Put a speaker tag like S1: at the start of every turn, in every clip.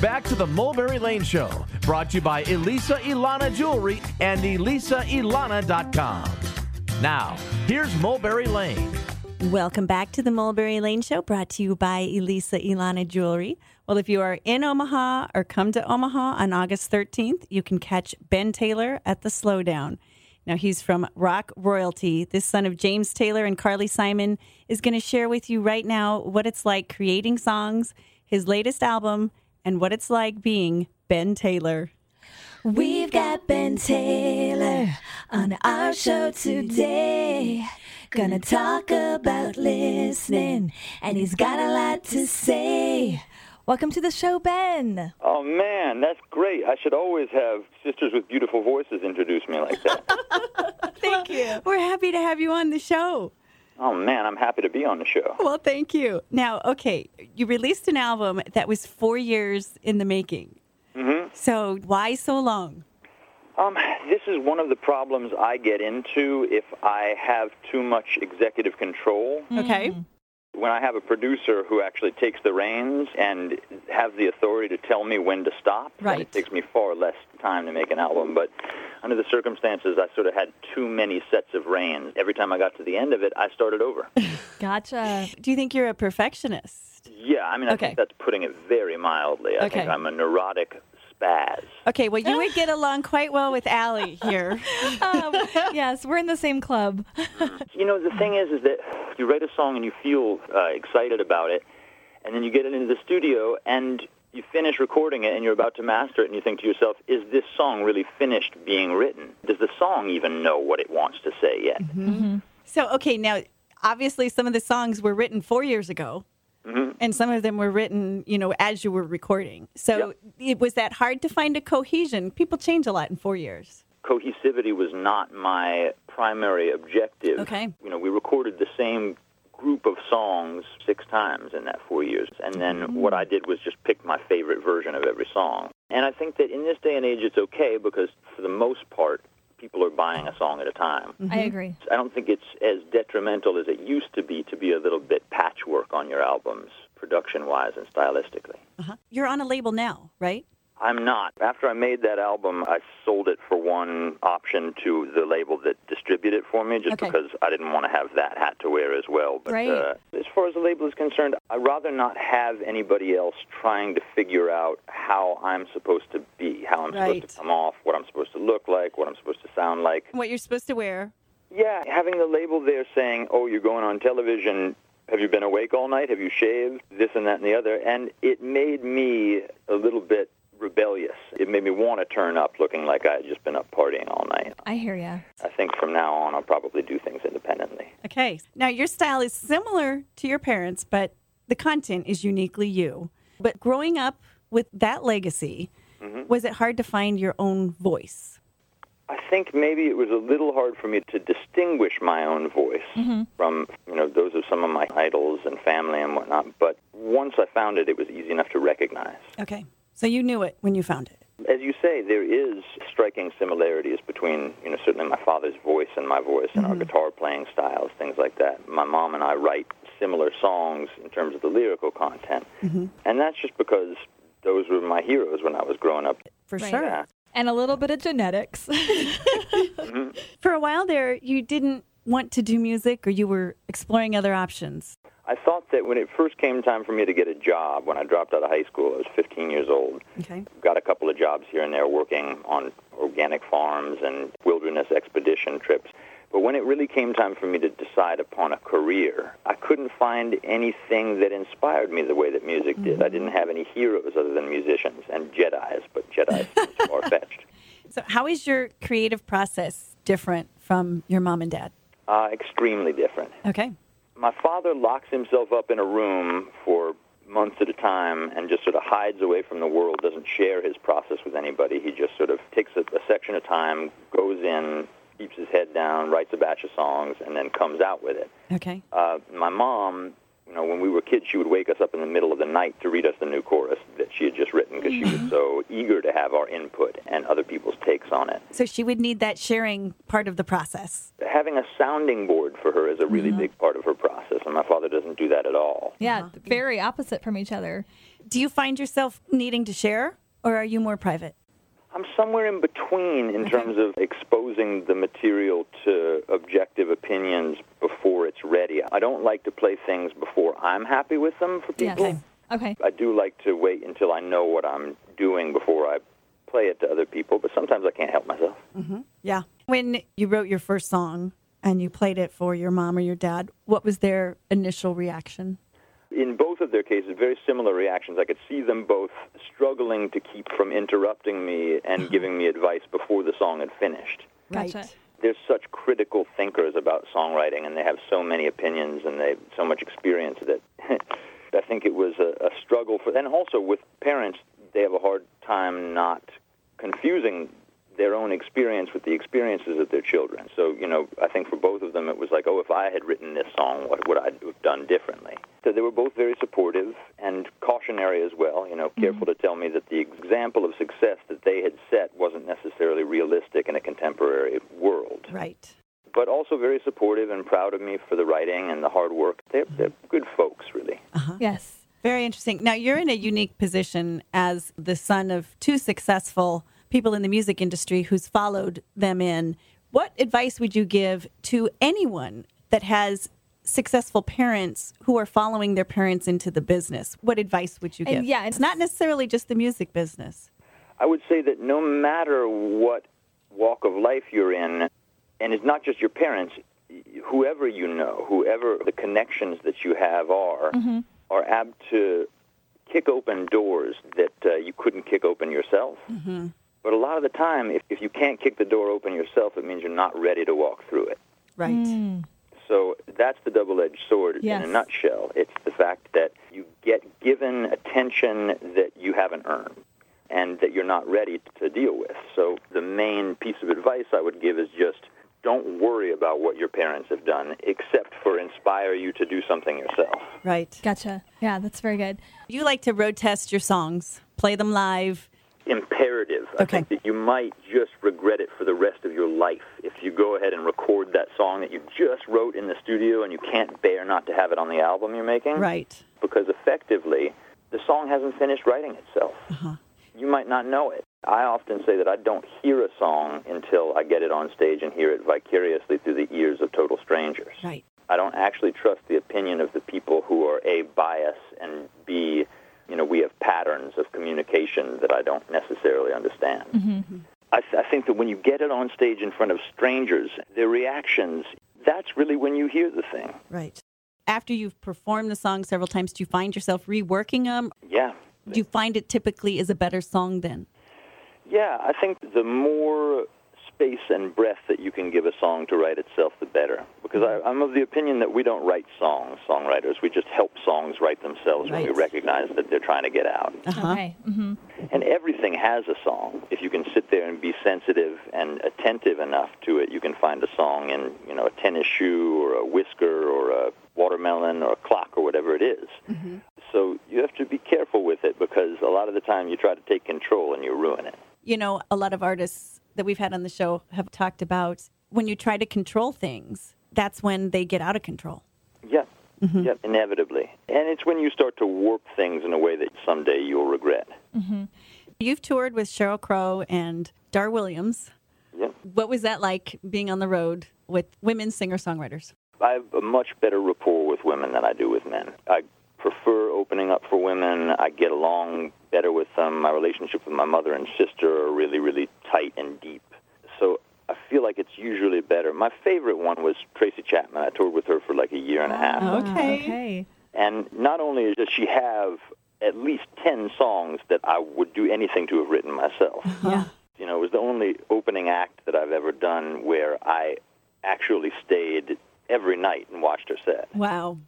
S1: back to the Mulberry Lane Show, brought to you by Elisa Ilana Jewelry and ElisaIlana.com. Now, here's Mulberry Lane.
S2: Welcome back to the Mulberry Lane Show, brought to you by Elisa Ilana Jewelry. Well, if you are in Omaha or come to Omaha on August 13th, you can catch Ben Taylor at the Slowdown. Now, he's from Rock Royalty. This son of James Taylor and Carly Simon is going to share with you right now what it's like creating songs, his latest album, and what it's like being Ben Taylor.
S3: We've got Ben Taylor on our show today. Gonna talk about listening, and he's got a lot to say. Welcome to the show, Ben.
S4: Oh man, that's great. I should always have sisters with beautiful voices introduce me like that.
S2: Thank you. We're happy to have you on the show.
S4: oh man, I'm happy to be on the show.
S2: Well, thank you. Now, okay, you released an album that was four years in the making. So, why so long?
S4: Um, this is one of the problems I get into if I have too much executive control.
S2: Okay.
S4: When I have a producer who actually takes the reins and has the authority to tell me when to stop, then
S2: Right.
S4: it takes me far less time to make an album. But under the circumstances, I sort of had too many sets of reins. Every time I got to the end of it, I started over.
S3: Gotcha.
S2: Do you think you're a perfectionist?
S4: Yeah, I mean, I
S2: Okay.
S4: think that's putting it very mildly. I
S2: Okay.
S4: think I'm a neurotic spaz.
S2: Okay, well, you would get along quite well with Allie here.
S3: Um, yes, we're in the same club.
S4: You know, the thing is, is that you write a song and you feel uh, excited about it, and then you get it into the studio and you finish recording it and you're about to master it and you think to yourself, is this song really finished being written? Does the song even know what it wants to say
S2: Mm-hmm.
S4: yet?
S2: So, okay, now, obviously, some of the songs were written four years ago. And some of them were written, you know, as you were recording. So it was that hard to find a cohesion. People change a lot in four years.
S4: cohesivity was not my primary objective.
S2: Okay.
S4: You know, we recorded the same group of songs six times in that four years. And then what I did was just pick my favorite version of every song. And I think that in this day and age, it's okay because for the most part, people are buying a song at a time.
S5: Mm.
S3: I agree.
S4: I don't think it's as detrimental as it used to be to be a little bit patchwork on your albums, production-wise and stylistically.
S2: Uh-huh. You're on a label now, right?
S4: I'm not. After I made that album, I sold it for one option to the label that distributed it for me, just
S2: Okay.
S4: because I didn't want to have that hat to wear as well. But
S3: Right.
S4: uh, as far as the label is concerned, I'd rather not have anybody else trying to figure out how I'm supposed to be, how I'm
S2: Right.
S4: supposed to come off, what I'm supposed to look like, what I'm supposed to sound like.
S2: What you're supposed to wear.
S4: Yeah, having the label there saying, "Oh, you're going on television. Have you been awake all night? Have you shaved? This and that and the other." And it made me a little bit rebellious. It made me want to turn up looking like I had just been up partying all night.
S3: I hear ya.
S4: I think from now on I'll probably do things independently.
S2: Okay. Now, your style is similar to your parents, but the content is uniquely you. But growing up with that legacy, was it hard to find your own voice?
S4: I think maybe it was a little hard for me to distinguish my own voice from, you know, those of some of my idols and family and whatnot. But once I found it, it was easy enough to recognize.
S2: Okay. So you knew it when you found it.
S4: As you say, there is striking similarities between, you know, certainly my father's voice and my voice and our guitar playing styles, things like that. My mom and I write similar songs in terms of the lyrical content. And that's just because those were my heroes when I was growing up.
S2: For
S3: Right.
S2: sure.
S4: Yeah.
S3: And a little bit of genetics.
S2: For a while there, you didn't want to do music or you were exploring other options.
S4: I thought that when it first came time for me to get a job, when I dropped out of high school, I was 15 years old.
S2: Okay.
S4: got a couple of jobs here and there working on organic farms and wilderness expedition trips. But when it really came time for me to decide upon a career, I couldn't find anything that inspired me the way that music did. I didn't have any heroes other than musicians and Jedi's, but Jedi seems far-fetched.
S2: So, how is your creative process different from your mom and dad?
S4: Uh, extremely different.
S2: Okay.
S4: my father locks himself up in a room for months at a time and just sort of hides away from the world, doesn't share his process with anybody. He just sort of takes a, a section at a time, goes in, keeps his head down, writes a batch of songs, and then comes out with it.
S2: Okay.
S4: Uh, my mom, you know, when we were kids, she would wake us up in the middle of the night to read us the new chorus that she had just written because she was so eager to have our input and other people's takes on it.
S2: So, she would need that sharing part of the process.
S4: having a sounding board for her is a really big part of her process. And my My father doesn't do that at all.
S5: Yeah, very opposite from each other.
S2: Do you find yourself needing to share, or are you more private?
S4: I'm somewhere in between
S5: Mm-hmm.
S4: in terms of exposing the material to objective opinions before it's ready. I don't like to play things before I'm happy with them for
S5: Yes.
S4: people.
S5: Okay.
S4: I do like to wait until I know what I'm doing before I play it to other people, but sometimes I can't help myself.
S5: Mm-hmm.
S2: Yeah. When you wrote your first song and you played it for your mom or your dad, what was their initial reaction?
S4: In both of their cases, very similar reactions. I could see them both struggling to keep from interrupting me
S5: Mm-hmm.
S4: and giving me advice before the song had finished.
S5: Gotcha.
S3: Uh-huh.
S4: They're such critical thinkers about songwriting, and they have so many opinions and they have so much experience that I think it was a, a struggle for. And also with parents, they have a hard time not confusing their own experience with the experiences of their children. So, you know, I think for both of them, it was like, oh, if I had written this song, what would I have done differently? So they were both very supportive and cautionary as well, you know, careful to tell me that the example of success that they had set wasn't necessarily realistic in a contemporary world,
S2: Right.
S4: but also very supportive and proud of me for the writing and the hard work. They're, they're good folks, really.
S5: Yes.
S2: Very interesting. Now, you're in a unique position as the son of two successful people in the music industry who's followed them in. What advice would you give to anyone that has successful parents who are following their parents into the business? What advice would you
S5: And
S2: give?
S5: yeah,
S2: it's
S5: it's-
S2: not necessarily just the music business.
S4: I would say that no matter what walk of life you're in, and it's not just your parents, whoever you know, whoever the connections that you have are, are apt to kick open doors that uh, you couldn't kick open yourself. But a lot of the time, if, if you can't kick the door open yourself, it means you're not ready to walk through it.
S2: Right.
S5: Mm.
S4: So that's the double-edged sword
S5: Yes.
S4: in a nutshell. It's the fact that you get given attention that you haven't earned and that you're not ready to deal with. So the main piece of advice I would give is just don't worry about what your parents have done except for inspire you to do something yourself.
S2: Right.
S5: Gotcha. Yeah, that's very good.
S2: You like to road test your songs, play them live.
S4: Imperative. I
S2: Okay.
S4: think that you might just regret it for the rest of your life if you go ahead and record that song that you just wrote in the studio and you can't bear not to have it on the album you're making.
S2: Right.
S4: because effectively the song hasn't finished writing itself.
S2: Uh-huh.
S4: You might not know it. I often say that I don't hear a song until I get it on stage and hear it vicariously through the ears of total strangers.
S2: Right.
S4: I don't actually trust the opinion of the people who are a bias and b you know we have patterns of communication that I don't necessarily understand. I, th- I think that when you get it on stage in front of strangers, their reactions, that's really when you hear the thing.
S2: Right. After you've performed the song several times, do you find yourself reworking them?
S4: Yeah.
S2: Do you find it typically is a better song then?
S4: Yeah, I think the more space and breath that you can give a song to write itself, the better. Because I, I'm of the opinion that we don't write songs, songwriters. We just help songs write themselves when we
S2: Right.
S4: recognize that they're trying to get out.
S3: Uh-huh.
S5: Okay. hmm
S4: And everything has a song. If you can sit there and be sensitive and attentive enough to it, you can find a song in, you know, a tennis shoe or a whisker or a watermelon or a clock or whatever it is. So you have to be careful with it because a lot of the time you try to take control and you ruin it.
S2: You know, a lot of artists that we've had on the show have talked about when you try to control things, that's when they get out of control.
S4: Yeah. Yeah, inevitably. And it's when you start to warp things in a way that someday you'll regret.
S2: You've toured with Cheryl Crow and Dar Williams.
S4: Yeah.
S2: What was that like being on the road with women singer songwriters?
S4: I have a much better rapport with women than I do with men. I prefer opening up for women. I get along better with them. My relationship with my mother and sister are really, really tight and deep. So I feel like it's usually better. My favorite one was Tracy Chapman. I toured with her for like a year and a half.
S2: Okay.
S5: Okay.
S4: And not only does she have at least 10 songs that I would do anything to have written myself.
S2: Yeah.
S4: You know, it was the only opening act that I've ever done where I actually stayed every night and watched her set.
S2: Wow.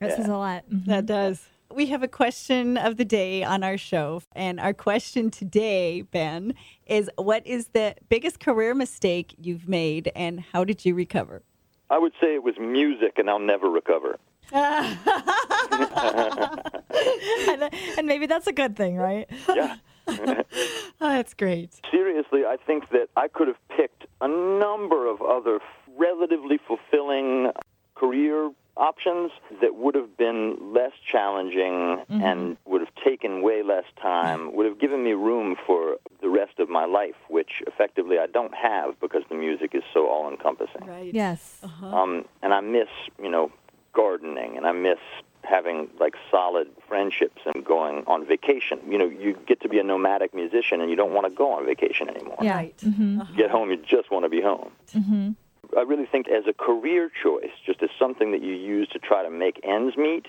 S5: This is a lot. Mhm.
S2: That does. We have a question of the day on our show. And our question today, Ben, is what is the biggest career mistake you've made and how did you recover?
S4: I would say it was music and I'll never recover.
S5: and, and maybe that's a good thing, right?
S4: Yeah.
S2: Oh, that's great.
S4: Seriously, I think that I could have picked a number of other relatively fulfilling career options that would have been less challenging and would have taken way less time, would have given me room for the rest of my life, which effectively I don't have because the music is so all encompassing.
S2: Right.
S5: Yes.
S3: Uh-huh.
S4: Um, and I miss, you know, gardening and I miss having like solid friendships and going on vacation. You know, you get to be a nomadic musician and you don't want to go on vacation anymore.
S5: Yeah.
S2: Right.
S4: You get home, you just want to be home. I really think as a career choice, just as something that you use to try to make ends meet,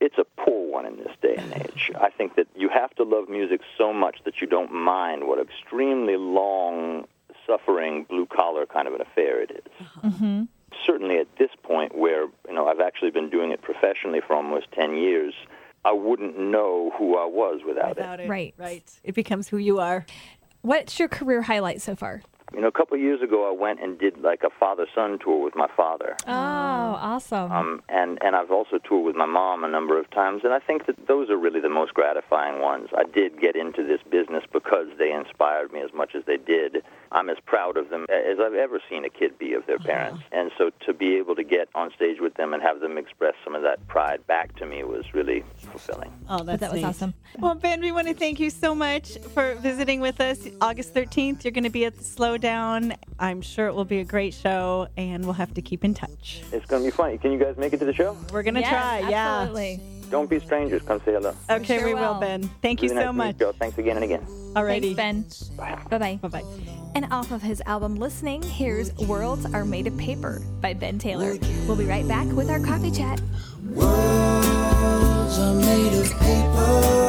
S4: it's a poor one in this day and age. I think that you have to love music so much that you don't mind what extremely long, suffering, blue collar kind of an affair it is. Certainly at this point, where you know I've actually been doing it professionally for almost ten years, I wouldn't know who I was without, it.
S2: Without it.
S5: Right.
S2: Right. It becomes who you are.
S5: What's your career highlight so far?
S4: You know, a couple of years ago, I went and did like a father-son tour with my father.
S5: Oh, awesome.
S4: um, and and I've also toured with my mom a number of times, and I think that those are really the most gratifying ones. I did get into this business because they inspired me as much as they did. I'm as proud of them as I've ever seen a kid be of their parents, and so to be able to get on stage with them and have them express some of that pride back to me was really fulfilling.
S2: Oh, that's
S5: that was
S2: neat.
S5: awesome.
S2: Well, Ben, we want to thank you so much for visiting with us. August 13th, you're going to be at the Slowdown. I'm sure it will be a great show, and we'll have to keep in touch.
S4: It's going to be fun. Can you guys make it to the show?
S2: We're going to
S5: Yes,
S2: try.
S5: Absolutely.
S4: Don't be strangers. Come say hello.
S2: Yeah. Okay,
S5: sure
S2: we will,
S5: will.
S2: Ben. Thank you
S4: Really nice
S2: so
S4: to meet
S2: much.
S4: you all. Thanks again and again.
S2: Alrighty.
S5: Thanks, Ben. Bye bye.
S2: Bye bye.
S3: And off of his album Listening, here's Worlds Are Made of Paper by Ben Taylor. We'll be right back with our coffee chat.
S6: Worlds are made of paper.